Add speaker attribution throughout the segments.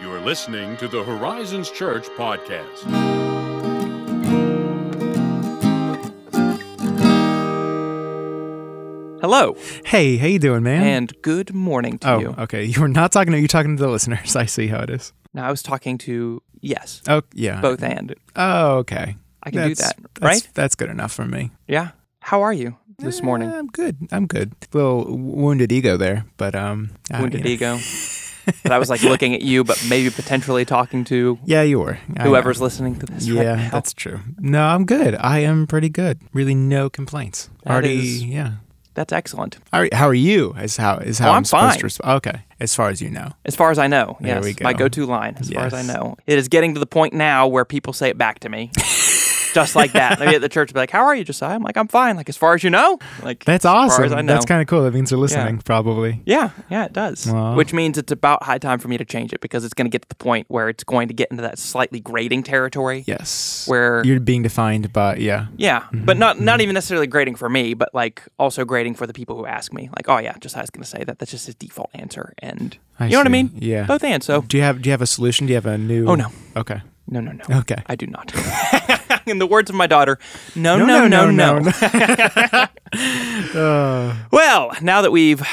Speaker 1: You are listening to the Horizons Church podcast.
Speaker 2: Hello
Speaker 3: Hey, how you doing, man?
Speaker 2: and good morning to
Speaker 3: oh,
Speaker 2: you.
Speaker 3: okay. You were not talking to you're talking to the listeners. I see how it is.
Speaker 2: Now I was talking to yes,
Speaker 3: Oh, yeah.
Speaker 2: both and
Speaker 3: Oh, okay.
Speaker 2: I can do that,
Speaker 3: that's-
Speaker 2: right?
Speaker 3: That's good enough for me.
Speaker 2: yeah. How are you this morning?
Speaker 3: Eh, I'm good. I'm good. Little wounded ego there, but um, I-
Speaker 2: Wounded
Speaker 3: you know.
Speaker 2: ego. but I was like looking at you, but maybe potentially talking to
Speaker 3: Yeah, you were. I know.
Speaker 2: whoever's listening to this.
Speaker 3: Yeah,
Speaker 2: right now.
Speaker 3: that's true. No, I'm good. I am pretty good. Really, no complaints.
Speaker 2: That
Speaker 3: Already,
Speaker 2: is-
Speaker 3: yeah.
Speaker 2: that's excellent.
Speaker 3: All right, how are you? Is how is how
Speaker 2: Oh,
Speaker 3: I'm,
Speaker 2: I'm
Speaker 3: supposed
Speaker 2: fine.
Speaker 3: to respond? Okay, as far as you know.
Speaker 2: As far as I know,
Speaker 3: There
Speaker 2: yes,
Speaker 3: we
Speaker 2: my
Speaker 3: go.
Speaker 2: go-to line. As far as I
Speaker 3: Yes.
Speaker 2: know, it is getting to the point now where people say it back to me, just like that. Maybe at the church, be like, "How are you, Josiah?" I'm like, "I'm fine." Like as far as you know, like
Speaker 3: That's
Speaker 2: as
Speaker 3: awesome.
Speaker 2: Far as I know.
Speaker 3: That's kind of cool. That means they're listening, probably.
Speaker 2: Yeah, yeah, it does.
Speaker 3: Wow.
Speaker 2: Which means it's about high time for me to change it because it's going to get to the point where it's going to get into that slightly grading territory.
Speaker 3: Yes.
Speaker 2: Where-
Speaker 3: you're being defined by yeah.
Speaker 2: Yeah,
Speaker 3: Mm-hmm.
Speaker 2: but not not even necessarily grading for me, but like also grading for the people who ask me. Like, oh yeah, Josiah's going to say that. That's just his default answer, and
Speaker 3: I
Speaker 2: you know what I
Speaker 3: see.
Speaker 2: mean?
Speaker 3: Yeah.
Speaker 2: both and. So
Speaker 3: Do you have Do you have a solution? Do you have a new?
Speaker 2: Oh, no.
Speaker 3: Okay.
Speaker 2: no, no, no.
Speaker 3: Okay.
Speaker 2: I do not. In the words of my daughter, no, no, no, no.
Speaker 3: Uh.
Speaker 2: Well, now that we've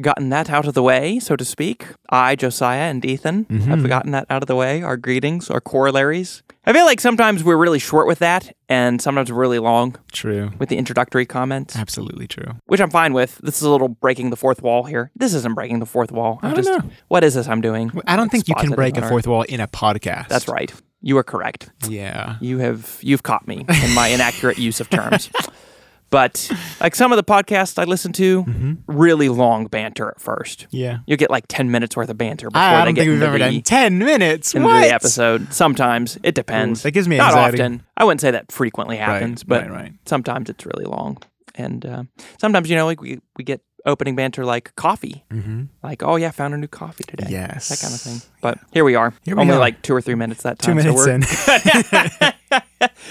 Speaker 2: gotten that out of the way, so to speak, I, Josiah, and Ethan
Speaker 3: Mm-hmm.
Speaker 2: have gotten that out of the way, our greetings, our corollaries. I feel like sometimes we're really short with that, and sometimes we're really long
Speaker 3: true.
Speaker 2: with the introductory comments,
Speaker 3: Absolutely true.
Speaker 2: which I'm fine with. This is a little breaking the fourth wall here. This isn't breaking the fourth wall. I'm
Speaker 3: I don't
Speaker 2: just,
Speaker 3: know.
Speaker 2: What is this I'm doing?
Speaker 3: I don't think you can
Speaker 2: Expositing
Speaker 3: break
Speaker 2: on
Speaker 3: a
Speaker 2: our-
Speaker 3: fourth wall in a podcast.
Speaker 2: That's right. You are correct.
Speaker 3: Yeah.
Speaker 2: You have you've caught me in my inaccurate use of terms. But like some of the podcasts I listen to,
Speaker 3: Mm-hmm.
Speaker 2: really long banter at first.
Speaker 3: Yeah.
Speaker 2: You'll get like 10 minutes worth of banter before
Speaker 3: I
Speaker 2: they
Speaker 3: don't
Speaker 2: get
Speaker 3: think we've
Speaker 2: into
Speaker 3: ever
Speaker 2: the,
Speaker 3: done ten minutes.
Speaker 2: into
Speaker 3: What?
Speaker 2: the episode. Sometimes it depends.
Speaker 3: Ooh, that gives me
Speaker 2: Not
Speaker 3: anxiety.
Speaker 2: often. I wouldn't say that frequently happens, but
Speaker 3: right, right.
Speaker 2: sometimes it's really long. And uh, sometimes, you know, like we, we get opening banter like coffee. Mm-hmm. Like, oh, yeah, found a new coffee today.
Speaker 3: Yes.
Speaker 2: That kind of thing. But here we are.
Speaker 3: Here we
Speaker 2: Only
Speaker 3: are.
Speaker 2: like two or three minutes that
Speaker 3: Two
Speaker 2: time. so
Speaker 3: minutes
Speaker 2: we're,
Speaker 3: in.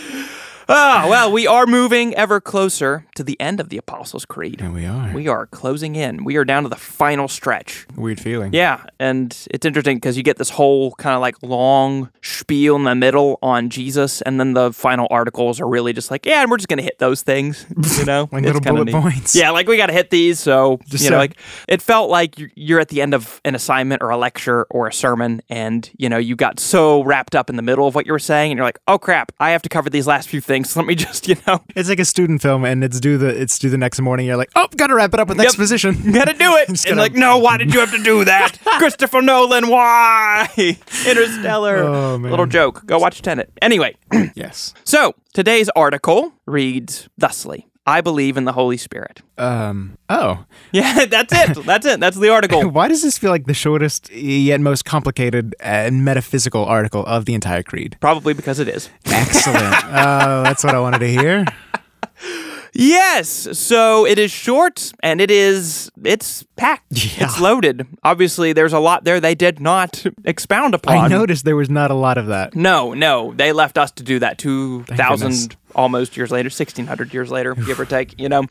Speaker 2: Ah, well, we are moving ever closer to the end of the Apostles' Creed.
Speaker 3: Here we are.
Speaker 2: We are closing in. We are down to the final stretch.
Speaker 3: Weird feeling.
Speaker 2: Yeah, and it's interesting because you get this whole kind of like long spiel in the middle on Jesus, and then the final articles are really just like, yeah, and we're just gonna hit those things, you know,
Speaker 3: Like
Speaker 2: It's
Speaker 3: little
Speaker 2: kinda
Speaker 3: bullet points.
Speaker 2: Yeah, like we gotta hit these. So
Speaker 3: Just
Speaker 2: you know,
Speaker 3: so-
Speaker 2: like it felt like you- you're at the end of an assignment or a lecture or a sermon, and you know, you got so wrapped up in the middle of what you were saying, and you're like, oh crap, I have to cover these last few things. let me just, you know,
Speaker 3: It's like a student film, and it's due the it's due the next morning. You're like, oh, gotta wrap it up with exposition.
Speaker 2: gotta do it. And
Speaker 3: gonna-
Speaker 2: like, no, why did you have to do that? Christopher Nolan, why? Interstellar.
Speaker 3: Oh, man.
Speaker 2: Little joke. Go watch Tenet. Anyway,
Speaker 3: yes.
Speaker 2: so today's article reads thusly. I believe in the Holy Spirit.
Speaker 3: Um. Oh.
Speaker 2: Yeah, that's it. That's it. That's the article.
Speaker 3: Why does this feel like the shortest yet most complicated and metaphysical article of the entire creed?
Speaker 2: Probably because it is.
Speaker 3: Excellent. Oh, that's what I wanted to hear.
Speaker 2: Yes. So it is short and it is it's packed.
Speaker 3: Yeah.
Speaker 2: It's loaded. Obviously there's a lot there they did not expound upon.
Speaker 3: I noticed there was not a lot of that.
Speaker 2: No, no, they left us to do that two
Speaker 3: goodness.
Speaker 2: thousand almost years later, sixteen hundred years later, give or take. You know,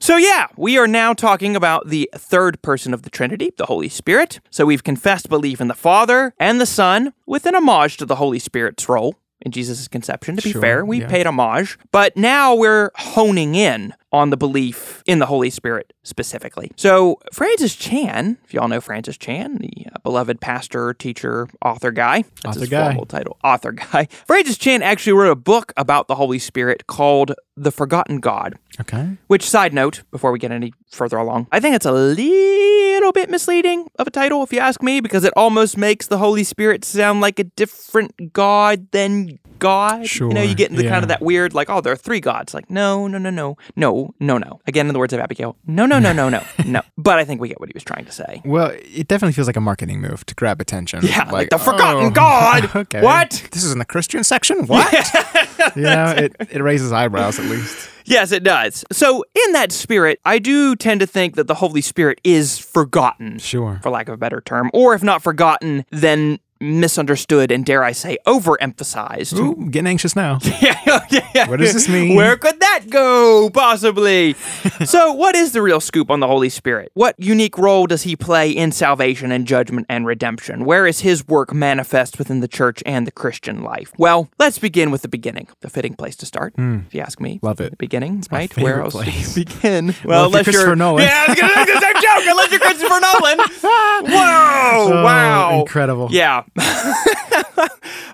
Speaker 2: so yeah, we are now talking about the third person of the Trinity, the Holy Spirit. So we've confessed belief in the Father and the Son, with an homage to the Holy Spirit's role in Jesus' conception. To be
Speaker 3: Sure,
Speaker 2: fair, we
Speaker 3: yeah.
Speaker 2: paid homage, but now we're honing in on the belief in the Holy Spirit specifically. So Francis Chan, if y'all know Francis Chan, the uh, beloved pastor, teacher, author guy, that's
Speaker 3: Author
Speaker 2: his
Speaker 3: guy.
Speaker 2: formal title. Author guy. Francis Chan actually wrote a book about the Holy Spirit called The Forgotten God.
Speaker 3: Okay.
Speaker 2: Which, side note, before we get any further along, I think it's a little bit misleading of a title, if you ask me, because it almost makes the Holy Spirit sound like a different God than God. You know,
Speaker 3: Sure,
Speaker 2: you get into kind
Speaker 3: yeah.
Speaker 2: of that weird, like, oh, there are three gods. Like, no, no, no, no, no, no, no. Again, in the words of Abigail, no, no, no, no, no, no. But I think we get what he was trying to say.
Speaker 3: Well, it definitely feels like a marketing move to grab attention.
Speaker 2: Yeah, like,
Speaker 3: oh.
Speaker 2: the forgotten god.
Speaker 3: Okay.
Speaker 2: What?
Speaker 3: This is in the Christian section? What? you know, it, it raises eyebrows at least.
Speaker 2: Yes, it does. So, in that spirit, I do tend to think that the Holy Spirit is forgotten,
Speaker 3: Sure.
Speaker 2: for lack of a better term, or if not forgotten, then misunderstood and dare I say overemphasized.
Speaker 3: Ooh, getting anxious now.
Speaker 2: yeah, yeah.
Speaker 3: What does this mean?
Speaker 2: Where could that go, possibly? so, what is the real scoop on the Holy Spirit? What unique role does he play in salvation and judgment and redemption? Where is his work manifest within the church and the Christian life? Well, let's begin with the beginning, the fitting place to start, if you ask me.
Speaker 3: Hmm. Love it.
Speaker 2: The beginning, right?
Speaker 3: favorite
Speaker 2: Where else do
Speaker 3: place.
Speaker 2: you begin? Well,
Speaker 3: you're Christopher Nolan.
Speaker 2: Yeah, I was going to make the same joke, unless you're Christopher Nolan. Whoa, Oh, wow.
Speaker 3: incredible.
Speaker 2: Yeah.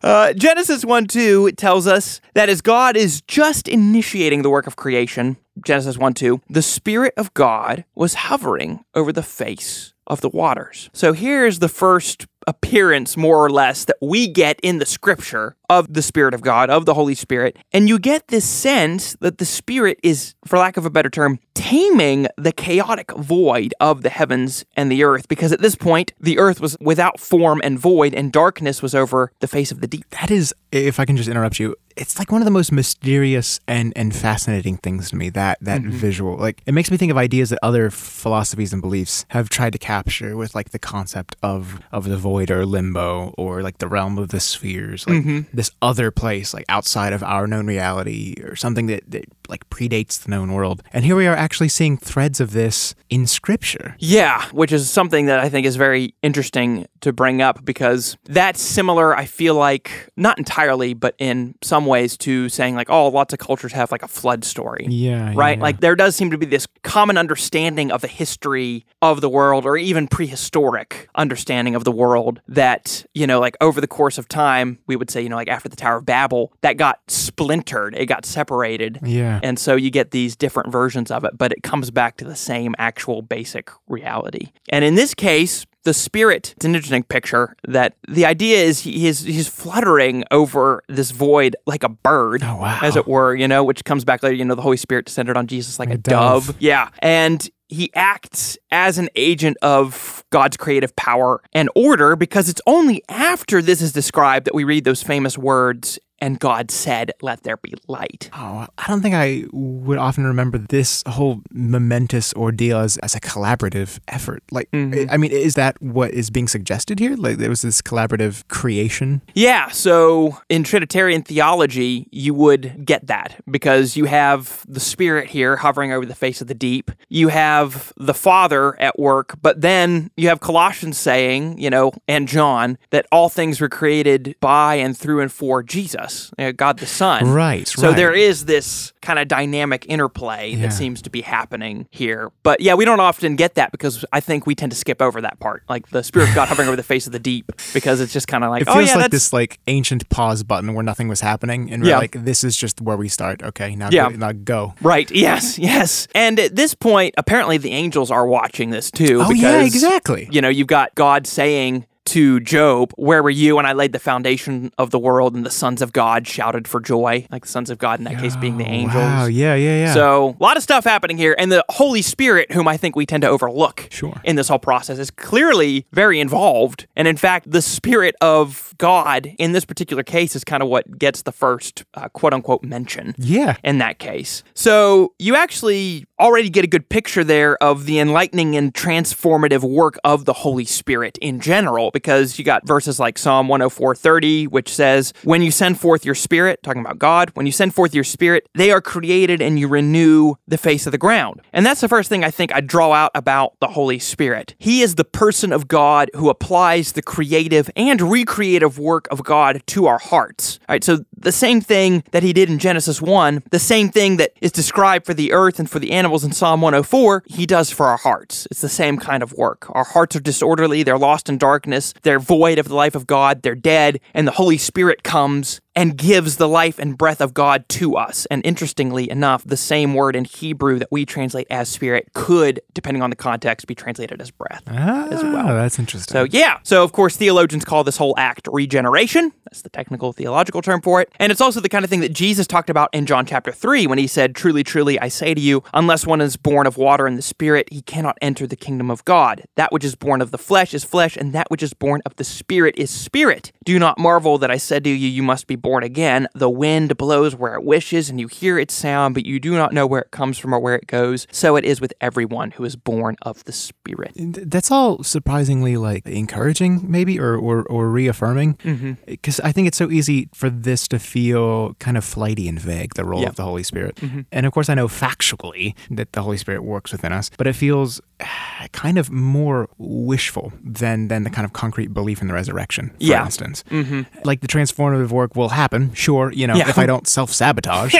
Speaker 2: Uh, Genesis 1 2 tells us that as God is just initiating the work of creation, Genesis 1 2, the Spirit of God was hovering over the face of the waters. So here's the first appearance, more or less, that we get in the scripture of the Spirit of God, of the Holy Spirit. And you get this sense that the Spirit is, for lack of a better term, taming the chaotic void of the heavens and the earth, because at this point, the earth was without form and void, and darkness was over the face of the deep.
Speaker 3: That is, if I can just interrupt you, it's like one of the most mysterious and, and fascinating things to me. That that visual, like, it makes me think of ideas that other philosophies and beliefs have tried to capture with, like, the concept of of the void or limbo or like the realm of the spheres, like this other place, like outside of our known reality or something that, that like predates the known world. And here we are actually seeing threads of this in scripture.
Speaker 2: Yeah, which is something that I think is very interesting to bring up because that's similar, I feel like, not entirely, but in some ways to saying, like, oh, lots of cultures have like a flood story.
Speaker 3: Yeah,
Speaker 2: Right?
Speaker 3: yeah.
Speaker 2: Like, there does seem to be this common understanding of the history of the world or even prehistoric understanding of the world that, you know, like over the course of time, we would say, you know, like after the Tower of Babel, that got splintered, it got separated.
Speaker 3: Yeah.
Speaker 2: And so you get these different versions of it, but it comes back to the same actual basic reality. And in this case, the spirit, it's an interesting picture that the idea is he is he's fluttering over this void like a bird,
Speaker 3: Oh, wow.
Speaker 2: as it were, you know, which comes back later, you know, the Holy Spirit descended on Jesus like a,
Speaker 3: dove.
Speaker 2: dove. Yeah. And he acts as an agent of God's creative power and order because it's only after this is described that we read those famous words, and God said, Let there be light.
Speaker 3: Oh, I don't think I would often remember this whole momentous ordeal as, as a collaborative effort. Like,
Speaker 2: Mm-hmm.
Speaker 3: I mean, is that what is being suggested here? Like, there was this collaborative creation.
Speaker 2: Yeah, so in Trinitarian theology, you would get that because you have the Spirit here hovering over the face of the deep. You have the Father at work, but then you have Colossians saying, you know, and John, that all things were created by and through and for Jesus, uh, God the Son.
Speaker 3: Right,
Speaker 2: So
Speaker 3: right.
Speaker 2: there is this kind of dynamic interplay
Speaker 3: Yeah.
Speaker 2: that seems to be happening here. But yeah, we don't often get that because I think we tend to skip over that part, like the Spirit of God hovering over the face of the deep, because it's just kind of like,
Speaker 3: It feels
Speaker 2: oh, yeah,
Speaker 3: like
Speaker 2: that's-
Speaker 3: this like ancient pause button where nothing was happening, and we're
Speaker 2: Yeah.
Speaker 3: like, this is just where we start. Okay, now,
Speaker 2: Yeah.
Speaker 3: go, now go.
Speaker 2: Right. Yes. Yes. And at this point, apparently the angels are watching this too.
Speaker 3: Oh, yeah,
Speaker 2: because,
Speaker 3: exactly.
Speaker 2: You know, you've got God saying to Job, "Where were you when I laid the foundation of the world?" And the sons of God shouted for joy, like the sons of God in that case being the angels.
Speaker 3: Wow, yeah, yeah, yeah.
Speaker 2: So, a lot of stuff happening here. And the Holy Spirit, whom I think we tend to overlook
Speaker 3: Sure.
Speaker 2: in this whole process, is clearly very involved. And in fact, the Spirit of God in this particular case is kind of what gets the first uh, quote unquote mention
Speaker 3: yeah.
Speaker 2: in that case. So you actually already get a good picture there of the enlightening and transformative work of the Holy Spirit in general, because you got verses like Psalm 104:30, which says, When you send forth your spirit, talking about God, when you send forth your spirit, they are created and you renew the face of the ground. And that's the first thing I think I draw out about the Holy Spirit. He is the person of God who applies the creative and recreative work of God to our hearts. All right, so the same thing that he did in Genesis 1, the same thing that is described for the earth and for the animals in Psalm 104, he does for our hearts. It's the same kind of work. Our hearts are disorderly, they're lost in darkness, they're void of the life of God, they're dead, and the Holy Spirit comes and gives the life and breath of God to us. And interestingly enough, the same word in Hebrew that we translate as spirit could, depending on the context, be translated as breath.
Speaker 3: Ah, that's interesting.
Speaker 2: So yeah. So of course theologians call this whole act regeneration. That's That's the technical theological term for it. And it's also the kind of thing that Jesus talked about in John chapter 3 when he said, Truly, truly, I say to you, unless one is born of water and the Spirit, he cannot enter the kingdom of God. That which is born of the flesh is flesh, and that which is born of the Spirit is spirit. Do not marvel that I said to you, You must be born again. The wind blows where it wishes, and you hear its sound, but you do not know where it comes from or where it goes. So it is with everyone who is born of the Spirit.
Speaker 3: And th- that's all surprisingly like encouraging maybe or or, or reaffirming
Speaker 2: Mm-hmm.
Speaker 3: because i think it's so easy for this to feel kind of flighty and vague the role
Speaker 2: Yeah. Mm-hmm.
Speaker 3: of the holy spirit and of course i know factually that the holy spirit works within us but it feels ah, kind of more wishful than than the kind of concrete belief in the resurrection for
Speaker 2: Yeah.
Speaker 3: instance mm-hmm. like the transformative work will happen sure you know
Speaker 2: Yeah.
Speaker 3: if i don't self-sabotage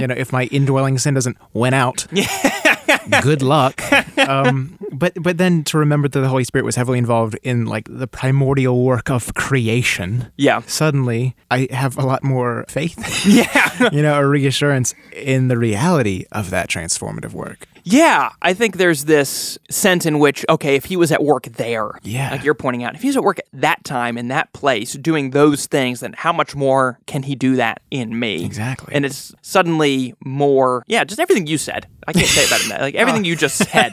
Speaker 3: you know if my indwelling sin doesn't win out good luck. Um, but but then to remember that the Holy Spirit was heavily involved in like the primordial work of creation.
Speaker 2: Yeah.
Speaker 3: Suddenly, I have a lot more faith,
Speaker 2: Yeah.
Speaker 3: you know, a reassurance in the reality of that transformative work.
Speaker 2: Yeah, I think there's this sense in which, okay, if he was at work there,
Speaker 3: Yeah.
Speaker 2: like you're pointing out, if he was at work at that time in that place doing those things, then how much more can he do that in me?
Speaker 3: Exactly.
Speaker 2: And it's suddenly more, yeah, just everything you said. I can't say it better than that. Like
Speaker 3: Oh.
Speaker 2: everything you just said.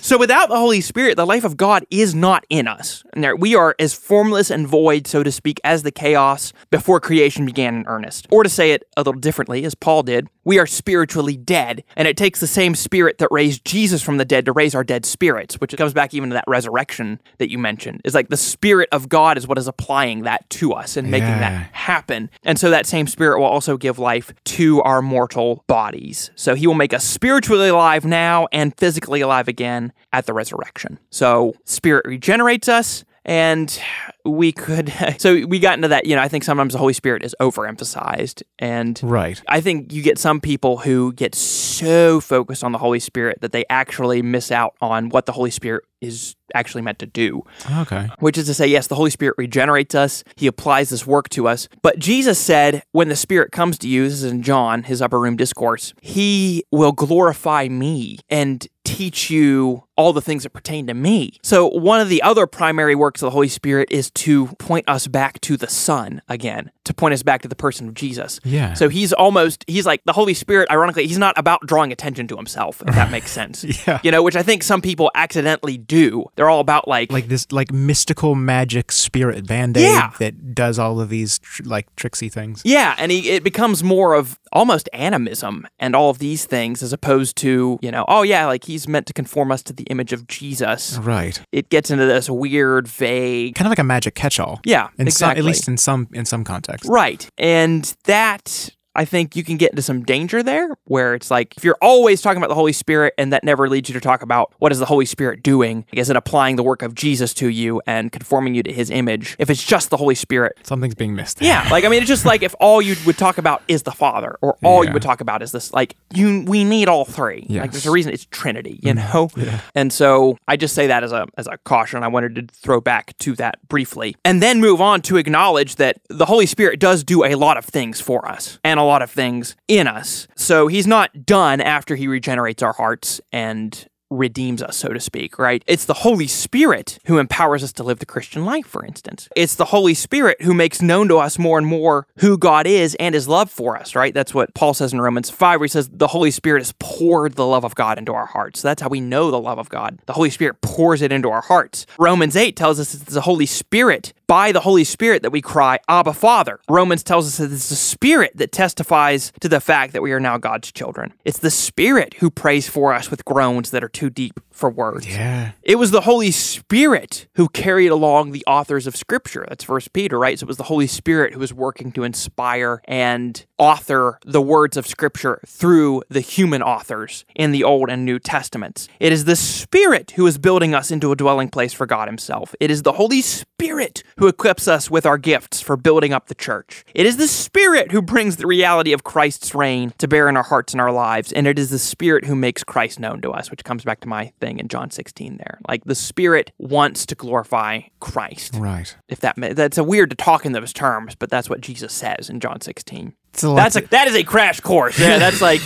Speaker 2: So without the Holy Spirit, the life of God is not in us. And there, we are as formless and void, so to speak, as the chaos before creation began in earnest. Or to say it a little differently, as Paul did, we are spiritually dead, and it takes the same spirit that raised Jesus from the dead to raise our dead spirits, which comes back even to that resurrection that you mentioned. It's like the spirit of God is what is applying that to us and making
Speaker 3: Yeah.
Speaker 2: that happen. And so that same spirit will also give life to our mortal bodies. So he will make us spiritually alive now and physically alive again at the resurrection. So spirit regenerates us. And we could, so we got into that. You know, I think sometimes the Holy Spirit is overemphasized. And
Speaker 3: Right.
Speaker 2: I think you get some people who get so focused on the Holy Spirit that they actually miss out on what the Holy Spirit is actually meant to do
Speaker 3: Okay.
Speaker 2: which is to say, yes, the Holy Spirit regenerates us. He applies this work to us. But Jesus said, when the Spirit comes to you, this is in John, his upper room discourse, he will glorify me and teach you all the things that pertain to me. So, one of the other primary works of the Holy Spirit is to point us back to the Son again, to point us back to the person of Jesus.
Speaker 3: Yeah.
Speaker 2: So, he's almost, he's like the Holy Spirit, ironically, he's not about drawing attention to himself, if that makes sense.
Speaker 3: Yeah.
Speaker 2: You know, which I think some people accidentally do. They're all about like,
Speaker 3: Like this, like mystical magic spirit band aid
Speaker 2: Yeah.
Speaker 3: that does all of these tr- like tricksy things.
Speaker 2: Yeah, and he, it becomes more of almost animism and all of these things as opposed to, you know, oh yeah, like he's meant to conform us to the image of Jesus.
Speaker 3: Right.
Speaker 2: It gets into this weird, vague.
Speaker 3: Kind of like a magic catch-all.
Speaker 2: Yeah,
Speaker 3: In some,
Speaker 2: exactly.
Speaker 3: at least in some in some context.
Speaker 2: Right. And that I think you can get into some danger there where it's like if you're always talking about the Holy Spirit and that never leads you to talk about what is the Holy Spirit doing? Is it applying the work of Jesus to you and conforming you to his image? If it's just the Holy Spirit,
Speaker 3: Something's being missed. there.
Speaker 2: Yeah, like I mean, it's just like if all you would talk about is the Father, or all you
Speaker 3: Yeah.
Speaker 2: would talk about is this. Like you, we need all three. Like
Speaker 3: Yes. Mm-hmm.
Speaker 2: there's a reason it's Trinity, you know. And so I just say that as a as a caution. I wanted to throw back to that briefly, and then move on to acknowledge that the Holy Spirit does do a lot of things for us and a lot of things in us. So He's not done after He regenerates our hearts and redeems us, so to speak, right? It's the Holy Spirit who empowers us to live the Christian life, for instance. It's the Holy Spirit who makes known to us more and more who God is and his love for us, right? That's what Paul says in Romans 5, where he says, The Holy Spirit has poured the love of God into our hearts. So that's how we know the love of God. The Holy Spirit pours it into our hearts. Romans 8 tells us it's the Holy Spirit by the Holy Spirit that we cry, Abba, Father. Romans tells us that it's the Spirit that testifies to the fact that we are now God's children. It's the Spirit who prays for us with groans that are too deep for words.
Speaker 3: Yeah.
Speaker 2: It was the Holy Spirit who carried along the authors of Scripture. That's First Peter, right? So it was the Holy Spirit who was working to inspire and author the words of Scripture through the human authors in the Old and New Testaments. It is the Spirit who is building us into a dwelling place for God Himself. It is the Holy Spirit who equips us with our gifts for building up the church. It is the Spirit who brings the reality of Christ's reign to bear in our hearts and our lives, and it is the Spirit who makes Christ known to us, which comes back to my thing in John 16 there. Like the Spirit wants to glorify Christ.
Speaker 3: Right.
Speaker 2: If that ma- that's a weird to talk in those terms, but that's what Jesus says in John 16.
Speaker 3: It's a lot
Speaker 2: That's a
Speaker 3: to-
Speaker 2: that is a crash course. Yeah, that's like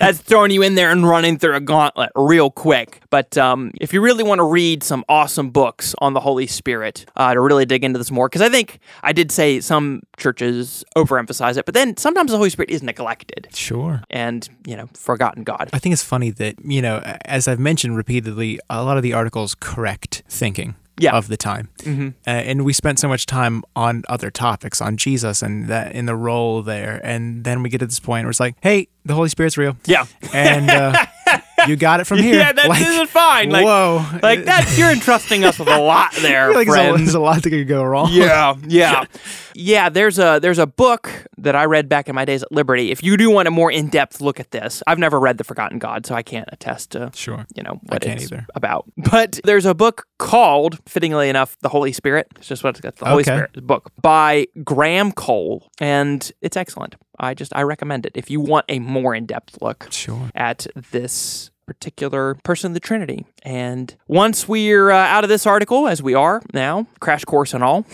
Speaker 2: that's throwing you in there and running through a gauntlet real quick. But um, if you really want to read some awesome books on the Holy Spirit uh, to really dig into this more, because I think I did say some churches overemphasize it, but then sometimes the Holy Spirit is neglected
Speaker 3: sure.
Speaker 2: and you know forgotten God.
Speaker 3: I think it's funny that, you know, as I've mentioned repeatedly, a lot of the articles correct thinking
Speaker 2: Yeah.
Speaker 3: of the time. Mm-hmm. Uh, and we spent so much time on other topics, on Jesus and that in the role there. And then we get to this point where it's like, hey, the Holy Spirit's real.
Speaker 2: Yeah.
Speaker 3: And uh, you got it from here.
Speaker 2: Yeah, that
Speaker 3: Like,
Speaker 2: this is fine. Like,
Speaker 3: whoa.
Speaker 2: like that's you're entrusting us with a lot
Speaker 3: I
Speaker 2: there,
Speaker 3: feel like there's a,
Speaker 2: friends.
Speaker 3: there's a lot that could go wrong.
Speaker 2: yeah, yeah, yeah. There's a there's a book that I read back in my days at Liberty. If you do want a more in depth look at this, I've never read The Forgotten God, so I can't attest to
Speaker 3: Sure.
Speaker 2: you know what
Speaker 3: can't
Speaker 2: it's
Speaker 3: either.
Speaker 2: about. But there's a book called, fittingly enough, The Holy Spirit. It's just what it's got. The Holy
Speaker 3: Okay.
Speaker 2: Spirit book by Graham Cole, and it's excellent. I just I recommend it if you want a more in depth look
Speaker 3: Sure.
Speaker 2: at this particular person of the Trinity. And once we're uh, out of this article, as we are now, crash course and all,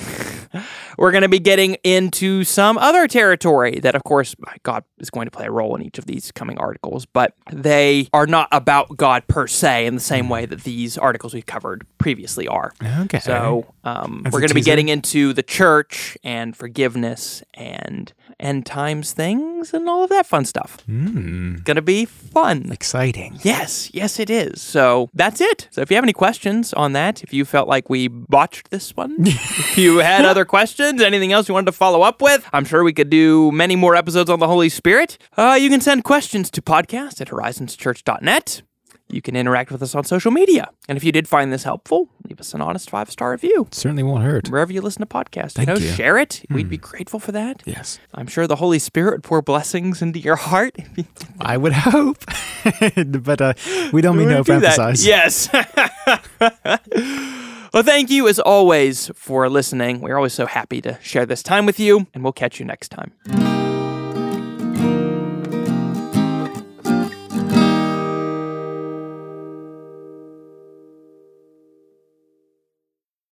Speaker 2: we're going to be getting into some other territory that, of course, my God is going to play a role in each of these coming articles, but they are not about God per se in the same way that these articles we've covered previously are.
Speaker 3: Okay.
Speaker 2: So um,
Speaker 3: As
Speaker 2: we're
Speaker 3: a
Speaker 2: going to be
Speaker 3: teaser.
Speaker 2: getting into the church and forgiveness and end times things and all of that fun stuff.
Speaker 3: Hmm.
Speaker 2: Going to be fun.
Speaker 3: exciting.
Speaker 2: Yes, yes, it is. So that's it. So if you have any questions on that, if you felt like we botched this one, if you had other questions, anything else you wanted to follow up with, I'm sure we could do many more episodes on the Holy Spirit. Uh, you can send questions to podcast at horizonschurch.net. You can interact with us on social media. And if you did find this helpful, leave us an honest five star review
Speaker 3: Certainly won't hurt.
Speaker 2: wherever you listen to podcasts. you know,
Speaker 3: you.
Speaker 2: share it. We'd be grateful for that.
Speaker 3: Yes.
Speaker 2: I'm sure the Holy Spirit would pour blessings into your heart if you
Speaker 3: I would hope. but uh, we don't mean to
Speaker 2: do that.
Speaker 3: overemphasize.
Speaker 2: Yes. well, thank you as always for listening. We're always so happy to share this time with you, and we'll catch you next time.